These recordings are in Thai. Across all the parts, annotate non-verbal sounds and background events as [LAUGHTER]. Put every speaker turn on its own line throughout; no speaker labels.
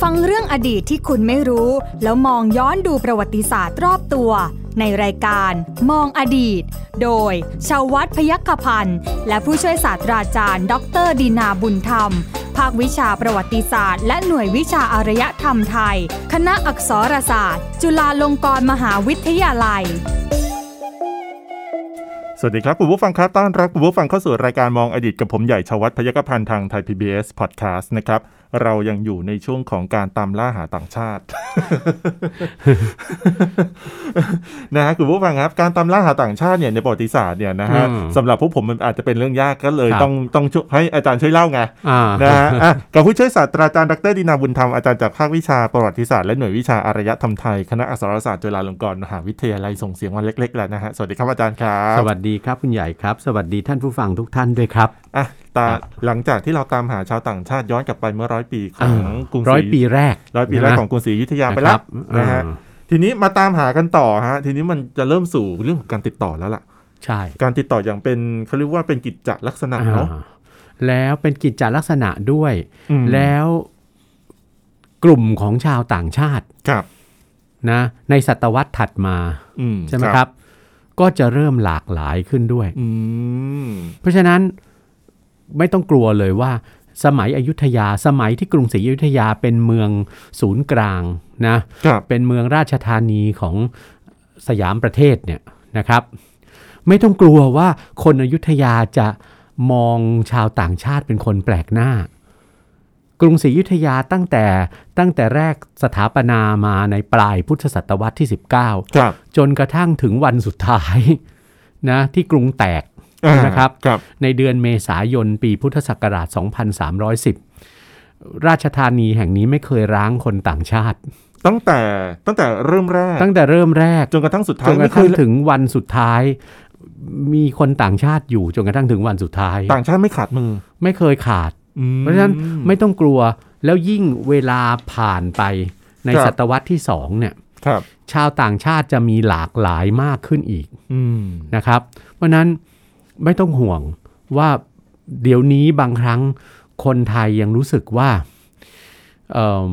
ฟังเรื่องอดีตที่คุณไม่รู้ แล้วมองย้อนดูประวัติศาสตร์รอบตัว ในรายการมองอดีต โดยชาววัดพยัคฆพันธ์และผู้ช่วยศาสตราจารย์ ดรดินาบุญธรรม ภาควิชาประวัติศาสตร์ และหน่วยวิชาอารยธรรมไทย คณะอักษรศาสตร์ จุฬาลงกรณ์มหาวิทยาลัย
สวัสดีครับคุณผู้ฟังครับต้อนรับคุณผู้ฟังเข้าสู่รายการมองอดีตกับผมใหญ่ชวัฒน์พยกพันธ์ทางไทย PBS Podcast นะครับเรายังอยู่ในช่วงของการตามล่าหาต่างชาติ [LAUGHS] นะฮะคุณผู้ฟังครับการตามล่าหาต่างชาติเนี่ยในประวัติศาสตร์เนี่ยนะฮะ
อืม
สำหรับพวกผมมันอาจจะเป็นเรื่องยากก็เลย
ครับ
ต้องต้องช่วยให้อาจารย์ช่วยเล่า
[LAUGHS]
ไง
อ่า
นะฮะอ่ะกับผู้ช่วยศาสตราจารย์ดรดินาบุญธรรมอาจารย์จากภาควิชาประวัติศาสตร์และหน่วยวิชาอารยธรรมไทย คณะอักษรศาสตร์จุฬาลงกรณ์มหาวิทยาลัยส่งเสียงวันเล็กๆแล้วนะฮะ สวัสดีครับอาจารย์ครับ
สวัสดีครับคุณใหญ่ครับ สวัสดีท่านผู้ฟังทุกท่านด้วยครับ
อ่ะตา
ครับ
หลังจากที่เราตามหาชาวต่างชาติย้อนกลับไปเมื่อร้อยปีของกรุงศ
ร้อย
รี
ปีแรก
ร้อยปีแรก
นะ
ของกรุงศรีอยุธยา
นะ
ไป
ค
แล้
รั
ว
บ
นะฮะ
อ่า
ทีนี้มาตามหากันต่อฮะทีนี้มันจะเริ่มสู่เรื่องของการติดต่อแล้วล่ะ
ใช่
การติดต่ออย่างเป็นเขาเรียกว่าเป็นกิจจลักษณะเนาะ
อ่าแล้วเป็นกิจจลักษณะด้วย
อืม
แล้วกลุ่มของชาวต่างชาติ
ครับ
นะในศตวรรษถัดมา
อืม
ใช่ไหมครับ ก็จะเริ่มหลากหลายขึ้นด้วย
อืม
เพราะฉะนั้นไม่ต้องกลัวเลยว่า สมัยอยุธยาสมัยที่กรุงศรีอยุธยาเป็นเมืองศูนย์กลางนะ
ครับ
เป็นเมืองราชธานีของสยามประเทศเนี่ยนะครับ ไม่ต้องกลัวว่าคนอยุธยาจะมองชาวต่างชาติเป็นคนแปลกหน้า กรุงศรีอยุธยาตั้งแต่ตั้งแต่แรกสถาปนามาในปลายพุทธศตวรรษที่
ครับ
19 จนกระทั่งถึงวันสุดท้ายนะที่กรุงแตก
อ่า
นะครับ
ครับ
ในเดือนเมษายนปีพุทธศักราช 2310 ราชธานีแห่งนี้ไม่เคยร้างคนต่างชาติ
ตั้งแต่ตั้งแต่เริ่มแรก
ตั้งแต่เริ่มแรก
จนกระทั่งสุดท้า
จ
ย
นก
ไม่
ระ
เค
ทั่
ย
งถึงวันสุดท้าย มีคนต่างชาติอยู่จนกระทั่งถึงวันสุดท้าย
ต่างชาติไม่ขาดมือ
ไม่เคยขาด
อืม
เพราะฉะนั้นไม่ต้องกลัวแล้วยิ่งเวลาผ่านไปใน
ครับ
ศตวรรษที่2เนี่ย
ครับ
ชาวต่างชาติจะมีหลากหลายมากขึ้นอีก
อืม
นะครับ เพราะฉะนั้นไม่ต้องห่วงว่าเดี๋ยวนี้บางครั้งคนไทยยังรู้สึกว่าเอิ่ม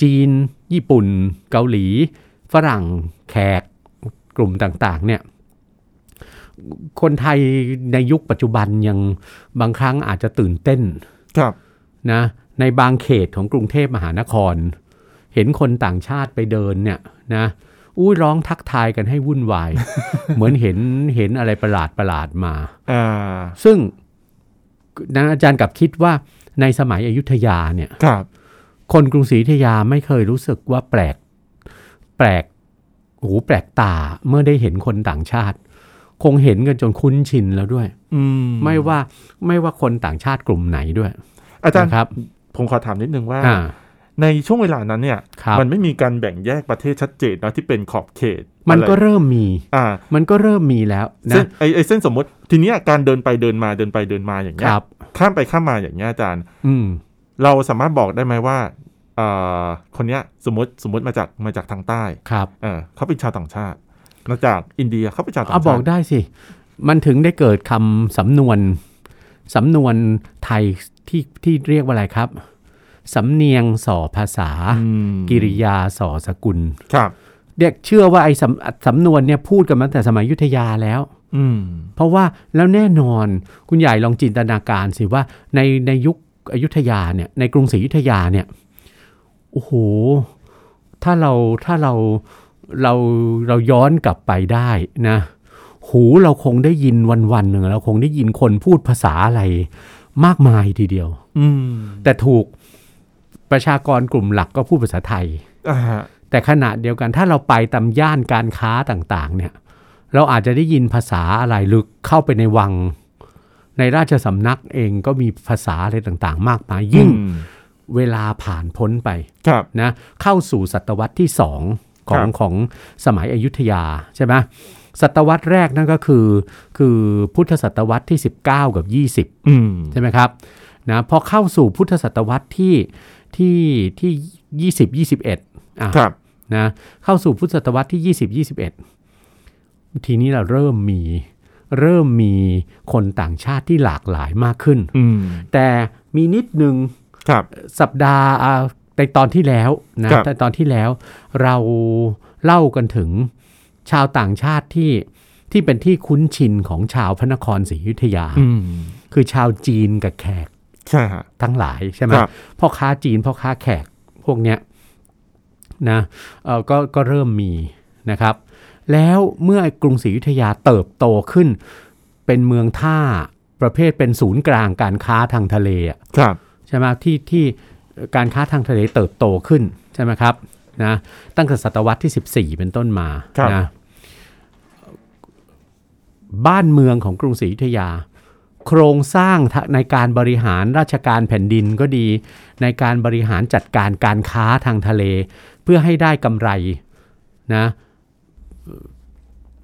จีน ญี่ปุ่น เกาหลี ฝรั่งแขกกลุ่มต่างๆเนี่ยคนไทยในยุคปัจจุบันยังบางครั้งอาจจะตื่นเต้น
ครับ
นะในบางเขตของกรุงเทพมหานคร เห็นคนต่างชาติไปเดินเนี่ยนะอุ้ยร้องทักทายกันให้วุ่นวาย [LAUGHS] เหมือนเห็นเห็นอะไรประหลาดประหลาดๆมา
อ่า
ซึ่งนะอาจารย์กลับคิดว่าในสมัยอยุธยาเนี่ย
ครับ
คนกรุงศรีอยุธยาไม่เคยรู้สึกว่าแปลก แปลกหูแปลกตาเมื่อได้เห็นคนต่างชาติ คงเห็นกันจนคุ้นชินแล้วด้วย
อืม
ไม่ว่าไม่ว่าคนต่างชาติกลุ่มไหนด้วย
อาจารย์
นะครับ
ผมขอถามนิดนึงว่า
อ่า
ในช่วงเวลานั้นเนี่ย
ครับ
มันไม่มีการแบ่งแยกประเทศชัดเจนนะที่เป็นขอบเขต
มันก็
อะไร
เริ่มมี
อ่า
มันก็เริ่มมีแล้ว
เส้น
นะ
ไอไอเส้นสมมติทีเนี้ยการเดินไปเดินมาเดินไปเดินมาอย่าง
ค
เงี้ย
รับ
ข้ามไปข้ามมาอย่างเงี้ยอาจารย์
อืม
เราสามารถบอกได้ไหมว่าเอ่อคนเนี้ยสมมติสมมติมาจากมาจากทางใต้
ครับ
เออเขาเป็นชาวต่างชาติมาจากอินเดียเขาเป็นชาวต่าง
เอาบ
ชา
อก
ติ
ได้สิ มันถึงได้เกิดคำสำนวนสำนวนไทยที่ที่เรียกว่าอะไรครับสำเนียงส่อภาษา
อืม
กิริยาส่อสกุล
ครับ
เด็กเชื่อว่าไอ้สำสำนวนเนี่ยพูดกันมาตั้งแต่สมัยอยุทธยาแล้ว
อืม
เพราะว่าแล้วแน่นอนคุณใหญ่ลองจินตนาการสิว่าในในยุคอยุธยาเนี่ยในกรุงศรีอยุธยาเนี่ยโอ้โหถ้าเราถ้าเราเราเราย้อนกลับไปได้นะหูเราคงได้ยินวันวันๆหนึ่งเราคงได้ยินคนพูดภาษาอะไรมากมายทีเดียว
อืม
แต่ถูกประชากรกลุ่มหลักก็พูดภาษาไทย
อ่าฮะ
แต่ขณะเดียวกันถ้าเราไปตามย่านการค้าต่างๆเนี่ยเราอาจจะได้ยินภาษาอะไรหรือเข้าไปในวัง ในราชสำนักเองก็มีภาษาอะไรต่างๆ มากมายยิ่ง
อืม
เวลาผ่านพ้นไป
ครับ
นะเข้าสู่ศตวรรษที่สองของ
ครับ
ของสมัยอยุธยาใช่ไหมศตวรรษแรกนั่นก็คือ คือพุทธศตวรรษที่ 19 กับ 20
อืม
ใช่ไหมครับนะพอเข้าสู่พุทธศตวรรษที่ที่ที่20 21อ่ะ
ครับ
นะเข้าสู่พุทธศตวรรษที่ 20 21 ทีนี้เราเริ่มมีเริ่มมีคนต่างชาติที่หลากหลายมากขึ้น
อืม
แต่มีนิดหนึ่ง
ครับ
สัปดาห์อ่าในตอนที่แล้วนะครับ แต่ตอนที่แล้วเราเล่ากันถึงชาวต่างชาติที่ที่เป็นที่คุ้นชินของชาวพระนครศรีอยุธยา
อืม
คือชาวจีนกับแขก
ใช่ฮะ
ทั้งหลายใช่ไหม
ครับ
พ่อค้าจีนพ่อค้าแขกพวกเนี้ยนะเออก็ก็เริ่มมีนะครับ แล้วเมื่อกรุงศรีอยุธยาเติบโตขึ้น เป็นเมืองท่าประเภทเป็นศูนย์กลางการค้าทางทะเลอะ
ครับ
ใช่ไหมที่ที่เอ่อการค้าทางทะเลเติบโตขึ้นใช่ไหมครับนะตั้งแต่ศตวรรษที่ 14 เป็นต้นมา
ครับ
นะบ้านเมืองของกรุงศรีอยุธยา โครงสร้างทะในการบริหารราชการแผ่นดินก็ดี ในการบริหารจัดการการค้าทางทะเล เพื่อให้ได้กำไรนะ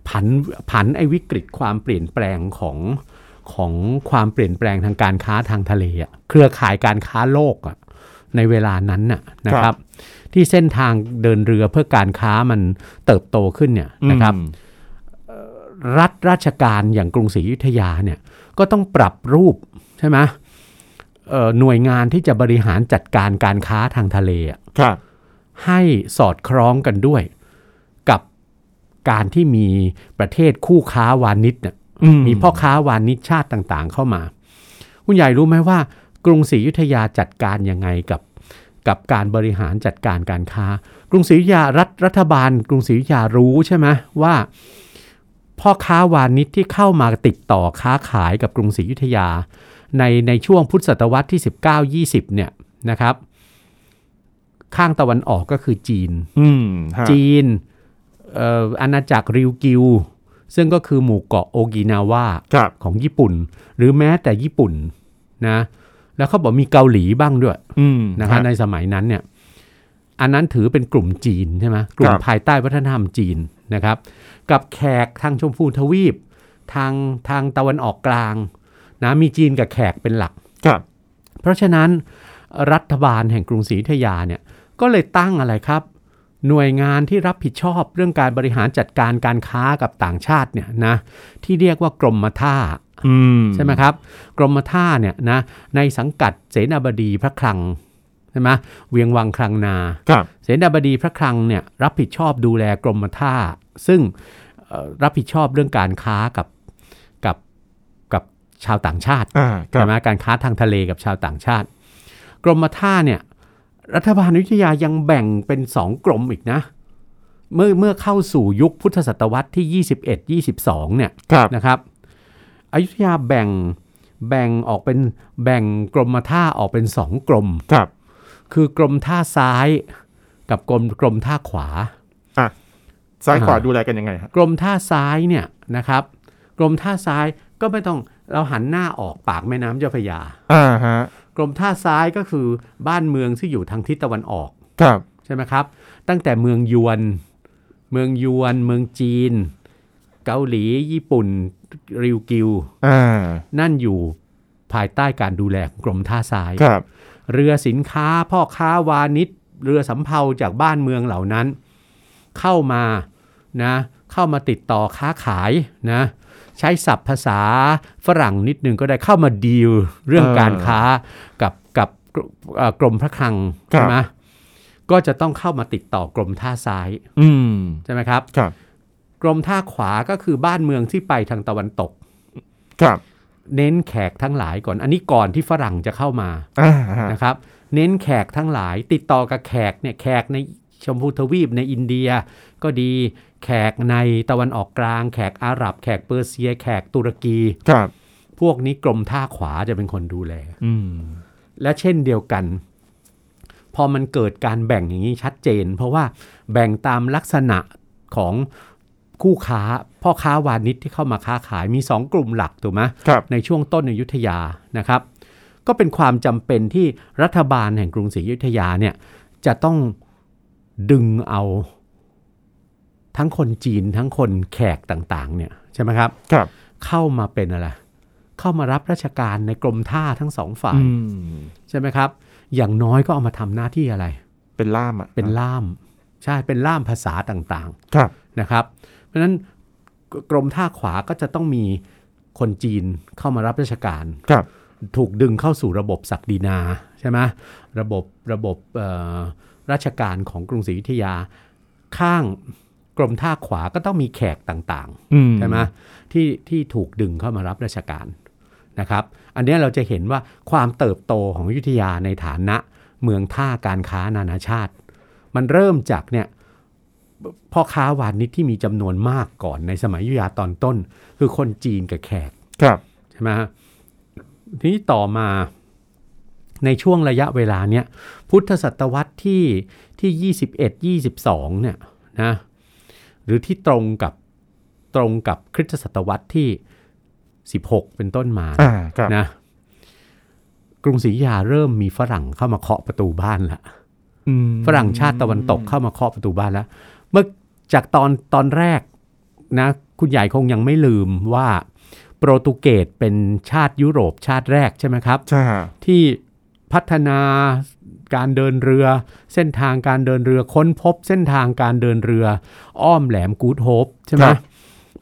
ผันผันไอ้วิกฤตความเปลี่ยนแปลงของ ของความเปลี่ยนแปลงทางการค้าทางทะเลอะเครือข่ายการค้าโลกอะในเวลานั้นน่ะนะค
ครั
รับ
บ
ที่เส้นทางเดินเรือเพื่อการค้ามันเติบโตขึ้นเนี่ยนะครับ
อืม
รัฐราชการอย่างกรุงศรีอยุธยาเนี่ยก็ต้องปรับรูปใช่ไหมเอ่อหน่วยงานที่จะบริหารจัดการการค้าทางทะเลอะ
ครับ
ให้สอดคล้องกันด้วยกับการที่มีประเทศคู่ค้าวานิชเนี่ย
อืม
มีพ่อค้าวานิชชาติต่างๆ เข้ามา คุณใหญ่รู้ไหมว่า กรุงศรีอยุธยาจัดการยังไงกับกับการบริหารจัดการการค้า กรุงศรีอยุธยารัฐรัฐบาล กรุงศรีอยุธยารู้ใช่ไหมว่า พ่อค้าวานิชที่เข้ามาติดต่อค้าขายกับกรุงศรีอยุธยา ในในช่วงพุทธศตวรรษที่ 19-20 เนี่ยนะครับ ข้างตะวันออกก็คือจีน
อืมฮะ
จีนเอ่ออาณาจักรริวกิว ซึ่งก็คือหมู่เกาะโอกินาวา
ครับ
ของญี่ปุ่น หรือแม้แต่ญี่ปุ่นนะแล้วเขาบอกมีเกาหลีบ้างด้วย
อืม
นะฮะ
ฮะ
ในสมัยนั้นเนี่ยอันนั้นถือเป็นกลุ่มจีนใช่ไหมกลุ่
ค
ม
รับ
ภายใต้วัฒนธรรมจีนนะครับ กับแขกทางชมพูทวีป ทางทางตะวันออกกลางนะมีจีนกับแขกเป็นหลัก
ครับ
เพราะฉะนั้นรัฐบาลแห่งกรุงศรีอยุธยาเนี่ยก็เลยตั้งอะไรครับ หน่วยงานที่รับผิดชอบเรื่องการบริหารจัดการการค้ากับต่างชาติเนี่ยนะที่เรียกว่ากรมท่า
อืม
ใช่ไหมครับ กรมท่าเนี่ยนะในสังกัดเสนาบดีพระคลังใช่ไหมเวียงวังคลังนา
ครับ
เสนาบดีพระคลังเนี่ยรับผิดชอบดูแลกรมท่า ซึ่งเอ่อรับผิดชอบเรื่องการค้ากับกับกับชาวต่างชาติ
อ่าครั
ใช่
บ
ไหมการค้าทางทะเลกับชาวต่างชาติ กรมท่าเนี่ยรัฐบาลอยุธยายังแบ่งเป็นสองกรมอีกนะ เมื่อเมื่อเข้าสู่ยุคพุทธศตวรรษที่ 21 22เนี่ย
ครับ
นะครับอยุธยาแบ่งแบ่งออกเป็นแบ่งกรมท่าออกเป็นสองกรม
ครับ
คือกรมท่าซ้ายกับกรมกรมท่าขวา
อ่ะซ้ายขวา
อ่า
ดูแลกันยังไงฮะ
กรมท่าซ้ายเนี่ยนะครับกรมท่าซ้ายก็ไม่ต้องเราหันหน้าออกปากแม่น้ำเจ้าพระยา
อ่าฮะ
กรมท่าซ้ายก็คือบ้านเมืองที่อยู่ทางทิศตะวันออก
ครับ
ใช่ไหมครับ ตั้งแต่เมืองยวน เมืองยวน เมืองจีน เกาหลี ญี่ปุ่น ริวกิว
อ่า
นั่นอยู่ภายใต้การดูแลของกรมท่าซ้าย
ครับ
เรือสินค้าพ่อค้าวานิชเรือสำเภาจากบ้านเมืองเหล่านั้น เข้ามานะเข้ามาติดต่อค้าขายนะใช้ศัพท์ภาษาฝรั่งนิดนึงก็ได้เข้ามาดีลเรื่องการค้ากับกับเอ่อกรมพระคลังใช่ไหมก็จะต้องเข้ามาติดต่อกรมท่าซ้าย
อืม
ใช่ไหมครับ
ครับ
กรมท่าขวาก็คือบ้านเมืองที่ไปทางตะวันตก
ครับ
เน้นแขกทั้งหลายก่อนอันนี้ก่อนที่ฝรั่งจะเข้ามา
อ่าฮะ
นะครับเน้นแขกทั้งหลายติดต่อกับแขกเนี่ยแขกในชมพูทวีปในอินเดียก็ดีแขกในตะวันออกกลาง แขกอาหรับ แขกเปอร์เซีย แขกตุรกี
ครับ
พวกนี้กรมท่าขวาจะเป็นคนดูแล
อืม
และเช่นเดียวกัน พอมันเกิดการแบ่งอย่างนี้ชัดเจน เพราะว่าแบ่งตามลักษณะของคู่ค้าพ่อค้าวานิชที่เข้ามาค้าขายมีสองกลุ่มหลักถูกไหม
ครับ
ในช่วงต้นอยุธยานะครับ ก็เป็นความจำเป็นที่รัฐบาลแห่งกรุงศรีอยุธยาเนี่ยจะต้องดึงเอาทั้งคนจีนทั้งคนแขกต่างๆเนี่ยใช่ไหมครับ
ครับ
เข้ามาเป็นอะไร เข้ามารับราชการในกรมท่าทั้งสองฝ่าย
อืม
ใช่ไหมครับ อย่างน้อยก็เอามาทำหน้าที่อะไร
เป็นล่ามอ่ะ
เป็นล่าม ใช่เป็นล่ามภาษาต่างๆ
ครับ
นะครับ เพราะฉะนั้นกรมท่าขวาก็จะต้องมีคนจีนเข้ามารับราชการ
ครับ
ถูกดึงเข้าสู่ระบบศักดินาใช่ไหมระบบระบบเอ่อราชการของกรุงศรีอยุธยา ข้างกรมท่าขวาก็ต้องมีแขกต่าง ๆ
อื
ใช่ไหมที่ที่ถูกดึงเข้ามารับราชการนะครับ อันเนี้ยเราจะเห็นว่าความเติบโตของอยุธยาในฐานะเมืองท่าการค้านานาชาติ มันเริ่มจากเนี่ยพ่อค้าวานิชที่มีจำนวนมากก่อนในสมัยอยุธยาตอนต้น คือคนจีนกับแขก
ครับ
ใช่ไหมฮะทีนี้ต่อมาในช่วงระยะเวลาเนี้ยพุทธศตวรรษที่ที่ 21 22เนี่ยนะหรือที่ตรงกับตรงกับคริสตศตวรรษที่ 16 เป็นต้นมา
อ่าครับ
นะกรุงศรีอยุธยาเริ่มมีฝรั่งเข้ามาเคาะประตูบ้านละ
อืม
ฝรั่งชาติตะวันตกเข้ามาเคาะประตูบ้านแล้ว เมื่อจากตอนตอนแรกนะคุณใหญ่คงยังไม่ลืมว่าโปรตุเกสเป็นชาติยุโรปชาติแรกใช่ไหมครับ
ใช่ฮะ
ที่พัฒนาการเดินเรือ เส้นทางการเดินเรือค้นพบเส้นทางการเดินเรือ อ้อมแหลมกูดโฮปใช่ไหม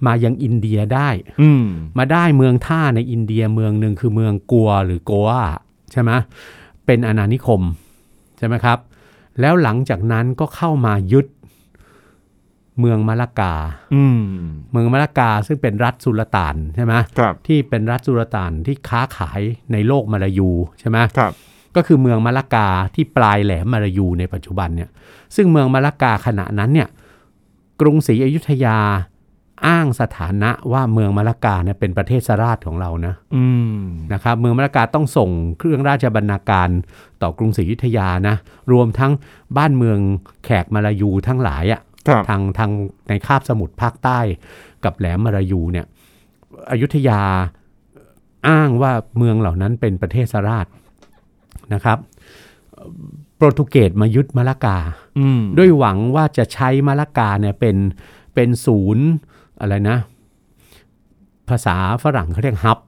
มายังอินเดียได้
อืม
มาได้เมืองท่าในอินเดียเมืองหนึ่งคือเมืองกัวหรือโกวาใช่ไหมเป็นอาณานิคมใช่ไหมครับ แล้วหลังจากนั้นก็เข้ามายึดเมืองมะละกา
อืม
เมืองมะละกาซึ่งเป็นรัฐสุลต่านใช่ไหม
ครับ
ที่เป็นรัฐสุลต่านที่ค้าขายในโลกมาลายูใช่ไหม
ครับ
ก็คือเมืองมะละกาที่ปลายแหลมมาลายูในปัจจุบันเนี่ยซึ่งเมืองมะละกาขณะนั้นเนี่ยกรุงศรีอยุธยาอ้างสถานะว่าเมืองมะละกาเนี่ยเป็นประเทศสราชของเรานะ
อืม
นะครับเมืองมะละกาต้องส่งเครื่องราชบรรณาการต่อกรุงศรีอยุธยานะรวมทั้งบ้านเมืองแขกมาลายูทั้งหลายอะ
ครับ
ทางทางในคาบสมุทรภาคใต้กับแหลมมาลายูเนี่ยอยุธยาอ้างว่าเมืองเหล่านั้นเป็นประเทศสราชนะครับเอ่อโปรตุเกสมายึดมะละกา
อืม
ด้วยหวังว่าจะใช้มะละกาเนี่ยเป็นเป็นศูนย์อะไรนะ ภาษาฝรั่งเขาเรียกฮับ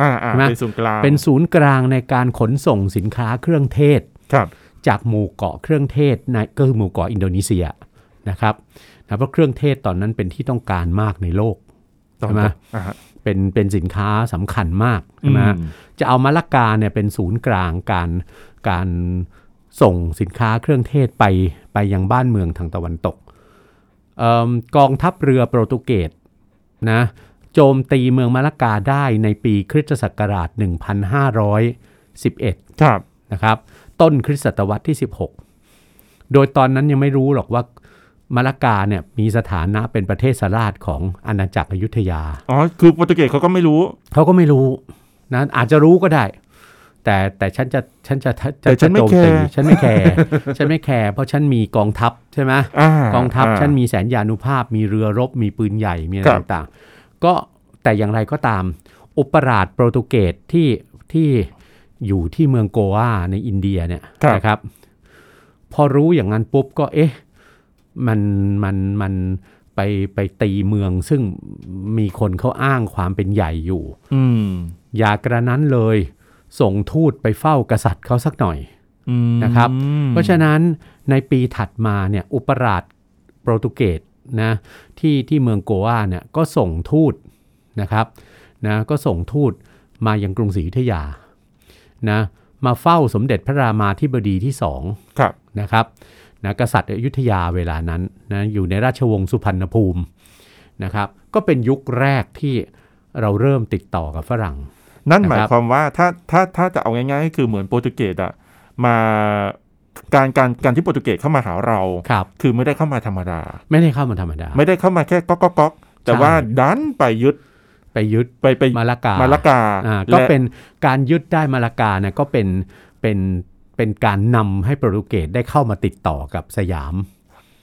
อ่าอ่า
ใช่ไหม
เป็นศูนย์กลาง
เป็นศูนย์กลางในการขนส่งสินค้าเครื่องเทศ
ครับ
จากหมู่เกาะเครื่องเทศในก็คือหมู่เกาะอินโดนีเซียนะครับนะเพราะเครื่องเทศตอนนั้นเป็นที่ต้องการมากในโลก
ต่อ
ใช่ไหม
อ่าฮะ
เป็นเป็นสินค้าสำคัญมากใช่ไหมฮะ
อืม
จะเอามะละกาเนี่ยเป็นศูนย์กลางการการส่งสินค้าเครื่องเทศไปไปยังบ้านเมืองทางตะวันตกเอมกองทัพเรือโปรตุเกสนะโจมตีเมืองมะละกาได้ในปีคริสตศักราช
ค
1511
รับ
นะครับต้นคริสตศตวรรษที่ 16 โดยตอนนั้นยังไม่รู้หรอกว่ามะละกาเนี่ยมีสถานะเป็นประเทศสราชของอาณาจักรอยุธยา
อ๋อ คือโปรตุเกสเขาก็ไม่รู้
เขาก็ไม่รู้นะอาจจะรู้ก็ได้ แต่แต่ฉันจะฉันจะจะ
แต่ฉันไม่
จะโจ
แค
ตี
ร์
ฉันไม่แคร์ฉันไม่แคร์เพราะฉันมีกองทัพใช่ไหม
อ่าก
องทัพ
า
ฉันมีแสนยานุภาพ มีเรือรบ มีปืนใหญ่ มีอะไร
ครับ
ต่างๆ ก็แต่อย่างไรก็ตาม อุปราชโปรตุเกสที่ที่อยู่ที่เมืองโกวาในอินเดียเนี่ยนะครับ พอรู้อย่างนั้นปุ๊บก็เอ๊ะมันมันมันไปไปตีเมืองซึ่งมีคนเขาอ้างความเป็นใหญ่อยู่
อืม
อย่ากระนั้นเลย ส่งทูตไปเฝ้ากษัตริย์เขาสักหน่อย
อืม
นะครับ เพราะฉะนั้นในปีถัดมาเนี่ยอุปราชโปรตุเกสนะที่ที่เมืองโกวาเนี่ยก็ส่งทูตนะครับนะก็ส่งทูตมายังกรุงศรีอยุธยานะมาเฝ้าสมเด็จพระรามาธิบดีที่สอง
ครับ
นะครับนะกษัตริย์อยุธยาเวลานั้นนะอยู่ในราชวงศ์สุพรรณภูมินะครับก็เป็นยุคแรกที่เราเริ่มติดต่อกับฝรั่ง
นั่นหมาย
นะครับ
ความว่าถ้าถ้าถ้าจะเอาง่ายๆก็คือเหมือนโปรตุเกสอะมาการการการที่โปรตุเกสเข้ามาหาเรา
ครับ
คือไม่ได้เข้ามาธรรมดา
ไม่ได้เข้ามาธรรมดา
ไม่ได้เข้ามาแค่ก๊อกก๊อกก๊อกแต่
ใช่
ว่าดันไปยึด
ไปยึด
ไปไป
มาลากา
มาละกา
อ่าก็
และ
เป็นการยึดได้มาลากาเนี่ยก็เป็นเป็นเป็นการนำให้โปรตุเกสได้เข้ามาติดต่อกับสยาม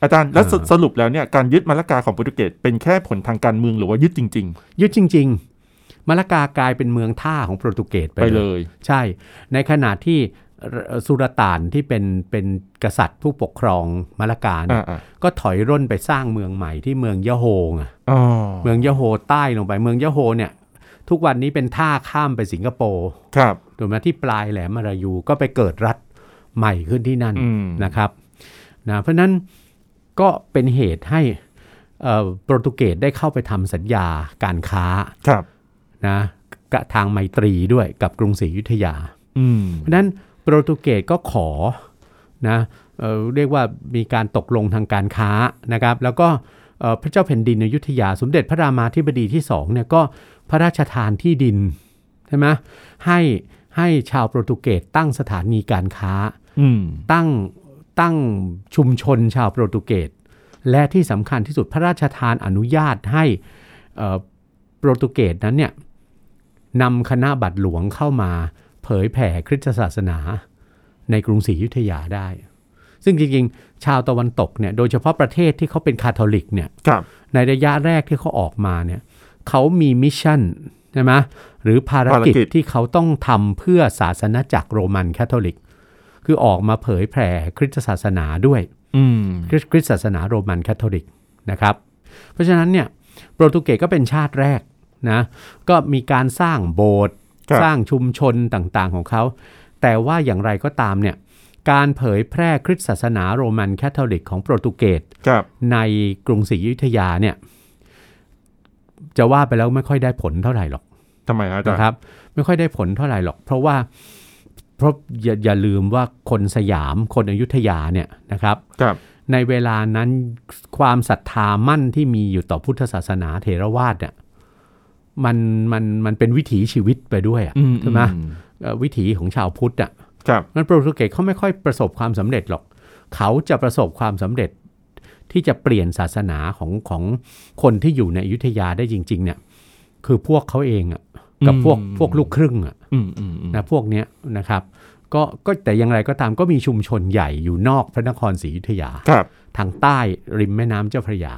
อาจารย์แล้วสรุป
อ่า
สรุปแล้วเนี่ยการยึดมาละกาของโปรตุเกสเป็นแค่ผลทางการเมืองหรือว่ายึดจริง
ยึดจริง ๆ มาลากากลายเป็นเมืองท่าของโปรตุเกส
ๆ
ไป
ไป
เล
เลย ย
ใช่ ในขณะที่เอ่อสุลต่านที่เป็นเป็นกษัตริย์ผู้ปกครองมาลากาเนี่ย
อ่าอ่า
ก็ถอยร่นไปสร้างเมืองใหม่ที่เมืองยะโฮงอะ
อ๋อ
เมืองยะโฮใต้ลงไปเมืองยะโฮเนี่ยทุกวันนี้เป็นท่าข้ามไปสิงคโปร์
ครับ
ถูกไหมที่ปลายแหลมมารายูก็ไปเกิดรัฐใหม่ขึ้นที่นั่น
อืม
นะครับนะเพราะฉะนั้นก็เป็นเหตุให้เอ่อโปรตุเกสได้เข้าไปทำสัญญาการค้า
ครับ
นะ กะทางไมตรีด้วยกับกรุงศรีอยุธยา
อืม
เพราะฉะนั้นโปรตุเกสก็ขอนะเอ่อเรียกว่ามีการตกลงทางการค้านะครับ แล้วก็เอ่อพระเจ้าแผ่นดินอยุธยา สมเด็จพระรามาธิบดีที่สองเนี่ยก็พระราชทานที่ดินใช่ไหมให้ให้ชาวโปรตุเกสตั้งสถานีการค้า
อืม
ตั้งตั้งชุมชนชาวโปรตุเกส และที่สำคัญที่สุดพระราชทานอนุญาตให้เอ่อโปรตุเกสนั้นเนี่ยนำคณะบัตรหลวงเข้ามาเผยแผ่คริสตศาสนาในกรุงศรีอยุธยาได้ ซึ่งจริงๆ ชาวตะวันตกเนี่ยโดยเฉพาะประเทศที่เขาเป็นคาทอลิกเนี่ย
ครับ
ในระยะแรกที่เขาออกมาเนี่ยเขามีมิชชั่นใช่ไหมหรือภารกิจที่เขาต้องทำเพื่อศาสนาจักรโรมันแคทอลิก คือออกมาเผยแผ่คริสตศาสนาด้วย
อืม
คริสต์คริสตศาสนาโรมันแคทอลิกนะครับ เพราะฉะนั้นเนี่ยโปรตุเกสก็เป็นชาติแรกนะก็มีการสร้างโบสถ์
ครับ
สร้างชุมชนต่างๆของเขา แต่ว่าอย่างไรก็ตามเนี่ยการเผยแพร่คริสตศาสนาโรมันแคทอลิกของโปรตุเกส
ครับ
ในกรุงศรีอยุธยาเนี่ยจะว่าไปแล้วไม่ค่อยได้ผลเท่าไหร่หรอก
ทำไมฮะอาจาร
นะ
ย์
ครับ ไม่ค่อยได้ผลเท่าไหร่หรอก เพราะว่าเพราะอย่าอย่าลืมว่าคนสยามคนอยุธยาเนี่ยนะครับ
ครับ
ในเวลานั้นความศรัทธามั่นที่มีอยู่ต่อพุทธศาสนาเทรวาสเนี่ยมันมันมันเป็นวิถีชีวิตไปด้วยอะ
อืม
ใช่ไหม
อืม
เอ่อวิถีของชาวพุทธอ่ะ
ครับ
มันโปรตุเกสเขาไม่ค่อยประสบความสำเร็จหรอก เขาจะประสบความสำเร็จที่จะเปลี่ยนศาสนาของของคนที่อยู่ในอยุธยาได้จริง ๆ เนี่ย คือพวกเขาเองอะกับ
อืม
พวกพวกลูกครึ่งอะ
อืมอืมอืม
นะพวกเนี้ยนะครับ ก็ก็แต่อย่างไรก็ตามก็มีชุมชนใหญ่อยู่นอกพระนครศรีอยุธยา
ครับ
ทางใต้ริมแม่น้ำเจ้าพระยา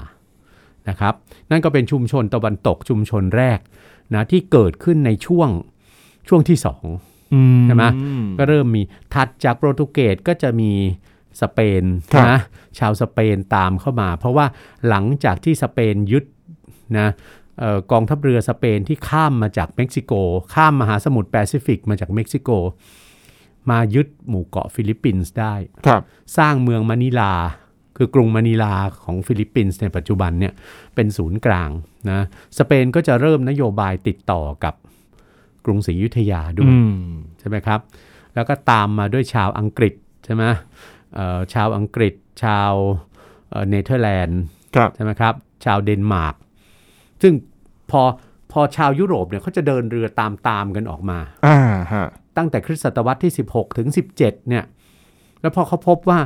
นะครับ นั่นก็เป็นชุมชนตะวันตกชุมชนแรกนะที่เกิดขึ้นในช่วงช่วงที่สอง
อืม
ใช่ไหม ก็เริ่มมีถัดจากโปรตุเกสก็จะมีสเปน
ครับ
นะชาวสเปนตามเข้ามา เพราะว่าหลังจากที่สเปนยึดนะเอ่อกองทัพเรือสเปนที่ข้ามมาจากเม็กซิโก ข้ามมหาสมุทรแปซิฟิกมาจากเม็กซิโก มายึดหมู่เกาะฟิลิปปินส์ได้
ครับ
สร้างเมืองมะนิลา คือกรุงมะนิลาของฟิลิปปินส์ในปัจจุบันเนี่ยเป็นศูนย์กลางนะสเปนก็จะเริ่มนโยบายติดต่อกับกรุงศรีอยุธยาด้วย
อืม
ใช่ไหมครับ แล้วก็ตามมาด้วยชาวอังกฤษใช่ไหมเอ่อชาวอังกฤษ ชาวเอ่อเนเธอร์แลนด์
ครับ
ใช่ไหมครับ ชาวเดนมาร์ก ซึ่งพอพอชาวยุโรปเนี่ยเขาจะเดินเรือตามตามๆกันออกมา
อ่าฮะ
ตั้งแต่คริสตศตวรรษที่ 16 ถึง 17 เนี่ย แล้วพอเขาพบว่า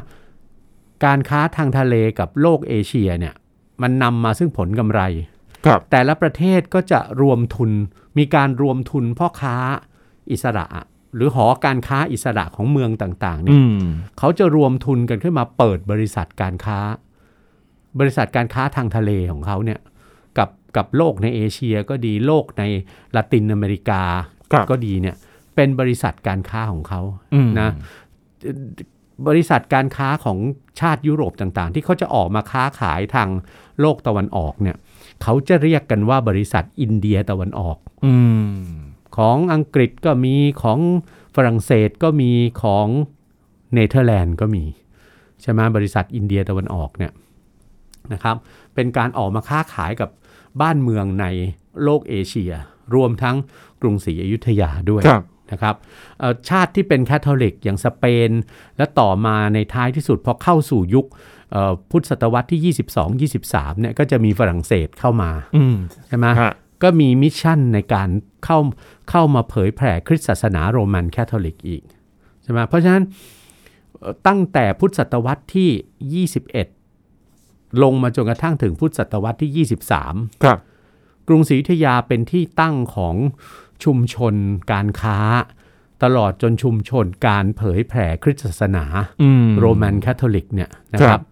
การค้าทางทะเลกับโลกเอเชียเนี่ย มันนำมาซึ่งผลกำไร
ครับ
แต่ละประเทศก็จะรวมทุน มีการรวมทุนพ่อค้าอิสระอะหรือหอการค้าอิสระของเมืองต่างๆเนี่ย
อืม
เขาจะรวมทุนกันขึ้นมาเปิดบริษัทการค้า บริษัทการค้าทางทะเลของเขาเนี่ยกับกับโลกในเอเชียก็ดีโลกในละตินอเมริกา
ครับ
ก็ดีเนี่ยเป็นบริษัทการค้าของเขา
อืม
นะ บริษัทการค้าของชาติยุโรปต่างๆ ที่เขาจะออกมาค้าขายทางโลกตะวันออกเนี่ยเขาจะเรียกกันว่าบริษัทอินเดียตะวันออก
อืม
ของอังกฤษก็มีของฝรั่งเศสก็มีของเนเธอร์แลนด์ก็มีใช่ไหมบริษัทอินเดียตะวันออกเนี่ยนะครับเป็นการออกมาค้าขายกับบ้านเมืองในโลกเอเชีย รวมทั้งกรุงศรีอยุธยาด้วย
ครับ
นะครับเอ่อชาติที่เป็นแคทอลิกอย่างสเปน และต่อมาในท้ายที่สุดพอเข้าสู่ยุคเอ่อพุทธศตวรรษที่ 22 23เนี่ยก็จะมีฝรั่งเศสเข้ามา
อืม
ใช่ไหม
ฮะ
ก็มีมิชชั่นในการเข้าเข้ามาเผยแผ่คริสตศาสนาโรมันแคทอลิกอีกใช่ไหมเพราะฉะนั้นเอ่อตั้งแต่พุทธศตวรรษที่ 21 ลงมาจนกระทั่งถึงพุทธศตวรรษที่ 23
ครับ
กรุงศรีอยุธยาเป็นที่ตั้งของชุมชนการค้า ตลอดจนชุมชนการเผยแผ่คริสตศาสนา
อืม
โรมันคาทอลิกเนี่ยนะค
ครั
รับ
บ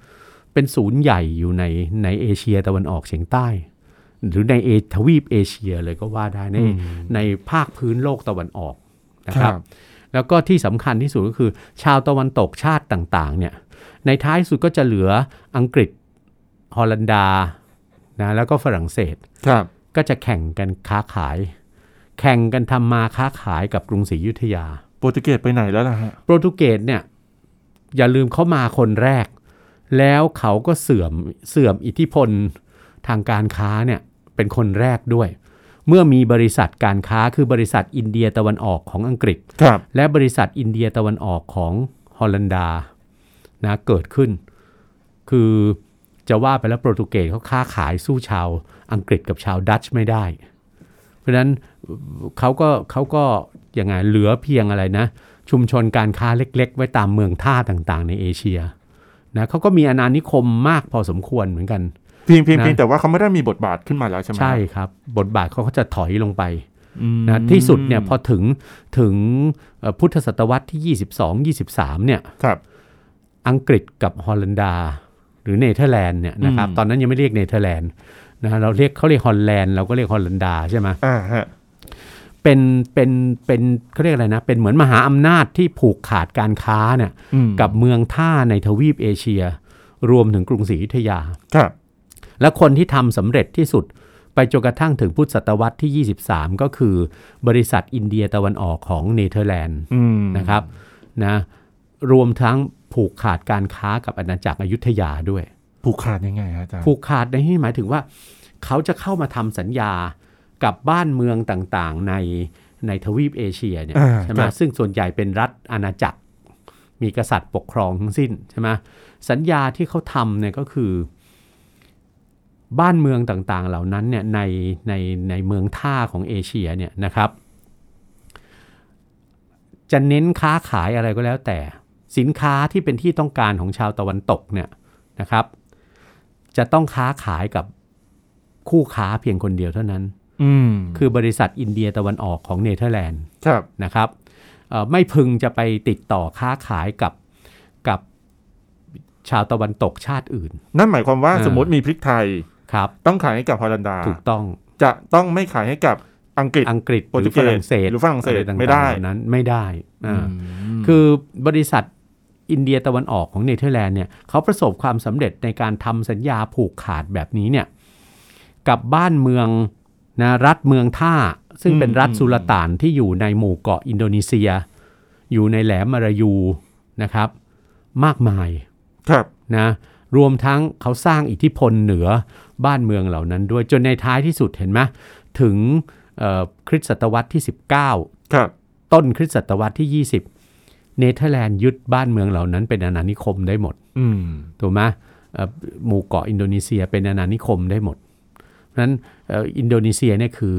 เป็นศูนย์ใหญ่อยู่ในในเอเชียตะวันออกเฉียงใต้ หรือในเอทวีปเอเชียเลยก็ว่าได้ในในภาคพื้นโลกตะวันออกนะ
ค
ค
รั
รับ บ แล้วก็ที่สำคัญที่สุดก็คือ ชาวตะวันตกชาติต่างๆเนี่ยในท้ายสุดก็จะเหลืออังกฤษฮอลันดานะแล้วก็ฝรั่งเศส
ครับ
ก็จะแข่งกันค้าขาย แข่งกันทำมาค้าขายกับกรุงศรีอยุธยา
โปรตุเกสไปไหนแล้วล่ะฮะ
โปรตุเกสเนี่ยอย่าลืมเขามาคนแรก แล้วเขาก็เสื่อมเสื่อมอิทธิพลทางการค้าเนี่ยเป็นคนแรกด้วย เมื่อมีบริษัทการค้าคือบริษัทอินเดียตะวันออกของอังกฤษ
ครับ
และบริษัทอินเดียตะวันออกของฮอลันดานะเกิดขึ้น คือจะว่าไปแล้วโปรตุเกสเขาค้าขายสู้ชาวอังกฤษกับชาวดัตช์ไม่ได้ เพราะฉะนั้นเขาก็เขาก็ยังไงเหลือเพียงอะไรนะ ชุมชนการค้าเล็กๆ ไว้ตามเมืองท่าต่างๆ ในเอเชียนะเขาก็มีอาณานิคมมากพอสมควรเหมือนกัน
เพียงเพียง
นะ
เพียงแต่ว่าเขาไม่ได้มีบทบาทขึ้นมาแล้วใช่ไหม
ใช่ครับ บทบาทเขาก็จะถอยลงไป
อืม
นะที่สุดเนี่ยพอถึงถึงเอ่อพุทธศตวรรษที่ 22 23เนี่ย
ครับ
อังกฤษกับฮอลันดา หรือเนเธอร์แลนด์เนี่ยนะครับ
อืม
ตอนนั้นยังไม่เรียกเนเธอร์แลนด์นะเราเรียกเขาเรียกฮอลแลนด์เราก็เรียกฮอลันดาใช่ไหม
อ่าฮะ
เป็นเป็นเป็นเขาเรียกอะไรนะเป็นเหมือนมหาอำนาจที่ผูกขาดการค้าเนี่ย
อืม
กับเมืองท่าในทวีปเอเชีย รวมถึงกรุงศรีอยุธยา
ครับ
และคนที่ทำสำเร็จที่สุดไปจนกระทั่งถึงพุทธศตวรรษที่ 23 ก็คือบริษัทอินเดียตะวันออกของเนเธอร์แลนด์
อืม
นะครับนะรวมทั้งผูกขาดการค้ากับอาณาจักรอยุธยาด้วย
ผูกขาดยังไงฮะอาจารย์
ผูกขาดในที่นี้หมายถึงว่า เขาจะเข้ามาทำสัญญากับบ้านเมืองต่างๆ ในในทวีปเอเชียเนี่ย
อ่า
ใช่ไหม
ครับ
ซึ่งส่วนใหญ่เป็นรัฐอาณาจักร มีกษัตริย์ปกครองทั้งสิ้นใช่ไหมสัญญาที่เขาทำเนี่ยก็คือ บ้านเมืองต่างๆ เหล่านั้นเนี่ยในในในเมืองท่าของเอเชียเนี่ยนะครับ จะเน้นค้าขายอะไรก็แล้วแต่ สินค้าที่เป็นที่ต้องการของชาวตะวันตกเนี่ยนะครับ จะต้องค้าขายกับคู่ค้าเพียงคนเดียวเท่านั้น
อืม
คือบริษัทอินเดียตะวันออกของเนเธอร์แลนด์
ครับ
นะครับเอ่อไม่พึงจะไปติดต่อค้าขายกับกับชาวตะวันตกชาติอื่น
นั่นหมายความว่า
อ่า
สมมติมีพริกไทย
ครับ
ต้องขายให้กับฮอลันดา
ถูกต้อง
จะต้องไม่ขายให้กับอังกฤษ
อังกฤษห
โปรตุ
รือ
เกส
ฝรั่งเศส
หรือฝรั่งเศส
ะต่าๆ
ไม่ได้
เหล่านั้นไม่ได้อ่า
อืม
คือบริษัทอินเดียตะวันออกของเนเธอร์แลนด์เนี่ยเขาประสบความสำเร็จในการทำสัญญาผูกขาดแบบนี้เนี่ยกับบ้านเมืองนะรัฐเมืองท่า ซึ่งเป็นรัฐสุลต่านที่อยู่ในหมู่เกาะอินโดนีเซีย อยู่ในแหลมมารายูนะครับ มากมาย
ครับ
นะรวมทั้งเขาสร้างอิทธิพลเหนือบ้านเมืองเหล่านั้นด้วยจนในท้ายที่สุดเห็นไหมถึงเอ่อคริสตศตวรรษที่ 19
ครับ
ต้นคริสตศตวรรษที่ 20 เนเธอร์แลนด์ยึดบ้านเมืองเหล่านั้นเป็นอาณานิคมได้หมด
อืม
ถูกไหมเอ่อหมู่เกาะอินโดนีเซียเป็นอาณานิคมได้หมดเพราะฉะนั้นเอ่ออินโดนีเซียเนี่ยคือ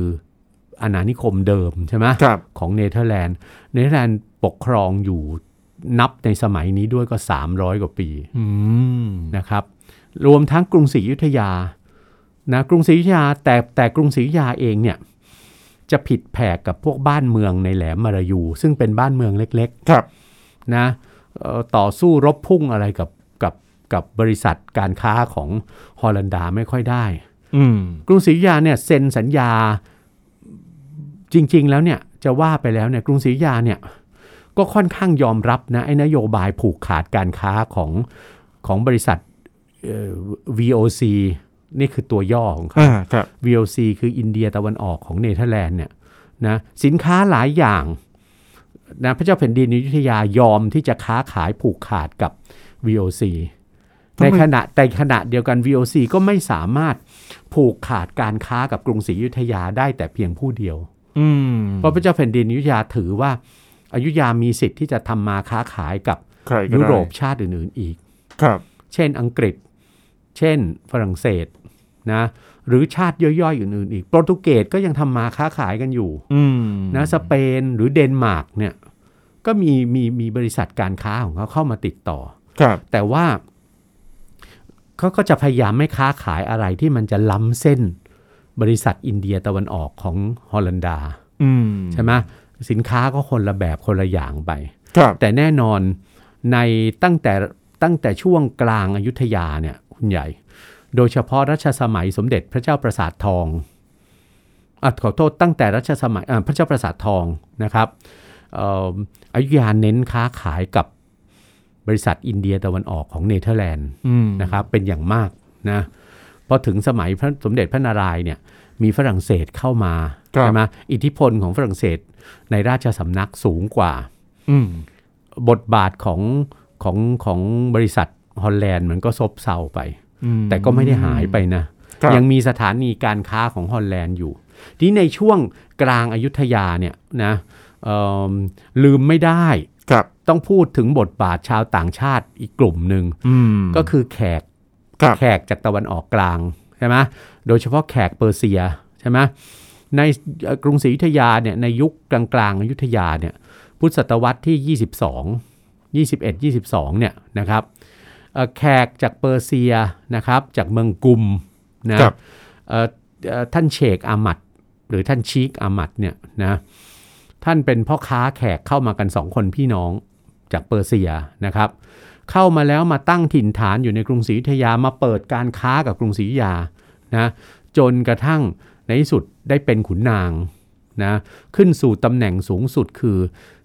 อาณานิคมเดิมใช่ไหม
ครับ
ของเนเธอร์แลนด์เนเธอร์แลนด์ปกครองอยู่นับในสมัยนี้ด้วยก็ 300 กว่าปี
อืม
นะครับ รวมทั้งกรุงศรีอยุธยานะกรุงศรีอยุธยาแต่แต่กรุงศรีอยุธยาเองเนี่ยจะผิดแผกกับพวกบ้านเมืองในแหลมมารายู ซึ่งเป็นบ้านเมืองเล็ก
ครับ
ๆนะเอ่อต่อสู้รบพุ่งอะไรกับกับกับบริษัทการค้าของฮอลันดาไม่ค่อยได้
อืม
กรุงศรีอยุธยาเนี่ยเซ็นสัญญาจริง ๆ แล้วเนี่ยจะว่าไปแล้วเนี่ยกรุงศรีอยุธยาเนี่ยก็ค่อนข้างยอมรับนะไอ้นโยบายผูกขาดการค้าของของบริษัทเอ่อ VOC นี่คือตัวย่อของเขา
อ่า ครับ
VOC คืออินเดียตะวันออกของเนเธอร์แลนด์เนี่ยนะสินค้าหลายอย่างนะพระเจ้าแผ่นดินอยุธยายอมที่จะค้าขายผูกขาดกับ VOC
ทำไม
ในขณะแต่ขณะเดียวกัน VOC ก็ไม่สามารถผูกขาดการค้ากับกรุงศรีอยุธยาได้แต่เพียงผู้เดียว
อืม
เพราะพระเจ้าแผ่นดินอยุธยาถือว่าอยุธยามีสิทธิ์ที่จะทำมาค้าขายกับ
ใครก็
ยุ
ได้
โรปชาติอื่นๆอีก
ครับ
เช่นอังกฤษ เช่นฝรั่งเศสนะ หรือชาติย่อยๆ อื่นๆ อีก โปรตุเกสก็ยังทำมาค้าขายกันอยู่
อืม
นะสเปนหรือเดนมาร์กเนี่ย ก็มีมีมีบริษัทการค้าของเขาเข้ามาติดต่อ
ครับ
แต่ว่าเขาก็จะพยายามไม่ค้าขายอะไรที่มันจะล้ำเส้น บริษัทอินเดียตะวันออกของฮอลันดา
อืม
ใช่ไหมสินค้าก็คนละแบบคนละอย่างไป
ครับ
แต่แน่นอนในตั้งแต่ตั้งแต่ช่วงกลางอายุทยาเนี่ยคุณใหญ่ โดยเฉพาะรัชสมัยสมเด็จพระเจ้าประสาททองอะขอโทษตั้งแต่รัชสมัยอ่ะพระเจ้าประสาททองนะครับเอ่ออยุธยาเน้นค้าขายกับบริษัทอินเดียตะวันออกของเนเธอร์แลนด์
อืม
นะครับเป็นอย่างมากนะพอถึงสมัยพระสมเด็จพระนารายณ์เนี่ยมีฝรั่งเศสเข้ามา
ครับ
ใช่ไหมอิทธิพลของฝรั่งเศสในราชสำนักสูงกว่า
อืม
บทบาทของของของบริษัทฮอลแลนด์มันก็ซบเซาไป
อืม
แต่ก็ไม่ได้หายไปนะ
ครับ
ยังมีสถานีการค้าของฮอลแลนด์อยู่ ทีนี้ในช่วงกลางอายุทยาเนี่ยนะเอิ่มลืมไม่ได้
ครับ
ต้องพูดถึงบทบาทชาวต่างชาติอีกกลุ่มหนึ่ง
อืม
ก็คือแขก
ครับ
แขกจากตะวันออกกลางใช่ไหมโดยเฉพาะแขกเปอร์เซียใช่ไหมในเอ่อกรุงศรีอยุธยาเนี่ยในยุคกลางๆอยุธยาเนี่ยพุทธศตวรรษที่ 22 21 22เนี่ยนะครับเอ่อแขกจากเปอร์เซียนะครับจากเมืองกุมนะครับ เอ่อเอ่อท่านเชคอามัดหรือท่านชีคอามัดเนี่ยนะท่านเป็นพ่อค้าแขกเข้ามากันสองคนพี่น้องจากเปอร์เซียนะครับ เข้ามาแล้วมาตั้งถิ่นฐานอยู่ในกรุงศรีอยุธยามาเปิดการค้ากับกรุงศรีอยุธยานะจนกระทั่งในที่สุดได้เป็นขุนนางนะขึ้นสู่ตำแหน่งสูงสุดคือ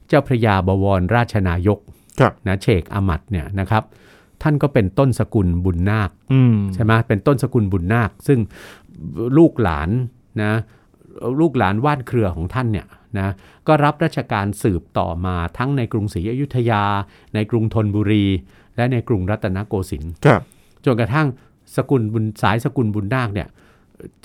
เจ้าพระยาบวรราชนายก
ครับ
นะเชกอามัดเนี่ยนะครับ ท่านก็เป็นต้นสกุลบุญนาค
อืม
ใช่ไหมเป็นต้นสกุลบุญนาค ซึ่งลูกหลานนะลูกหลานว่านเครือของท่านเนี่ยนะก็รับราชการสืบต่อมาทั้งในกรุงศรีอยุธยา ในกรุงธนบุรี และในกรุงรัตนโกสินทร์
ครับ
จนกระทั่งสกุลบุญสายสกุลบุญนาคเนี่ย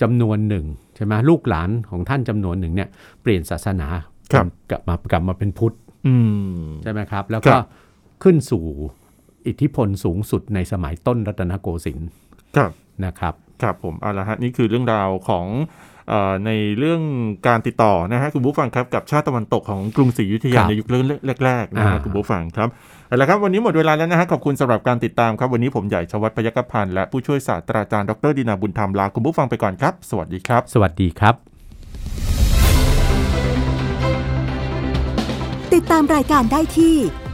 จำนวนหนึ่งใช่ไหมลูกหลานของท่านจำนวนหนึ่งเนี่ยเปลี่ยนศาสนา
ครับ
กลับมากลับมาเป็นพุทธ
อืม
ใช่ไหมครับ แล้ว
ค
ก็
รับ
ขึ้นสู่อิทธิพลสูงสุดในสมัยต้นรัตนโกสินทร์
ครับ
นะครับ
ครับผมเอาละฮะนี่คือเรื่องราวของเออในเรื่องการติดต่อนะฮะคุณบุ๊ฟังครับกับชาติตะวันตกของกรุงศรีอยุธยา
ครับ
ในยุคเริ่มแรกๆนะฮะ
อ่า
คุณบุ๊ฟังครับเอาละครับวันนี้หมดเวลาแล้วนะฮะขอบคุณสำหรับการติดตามครับวันนี้ผมใหญ่ชวัฒน์พยัคฆพันธ์และผู้ช่วยศาสตราจารย์ดรดินาบุญธรรมลาคุณบุ๊ฟังไปก่อนครับ สวัสดีครับ
สวัสดีครับ
ติดตามรายการได้ที่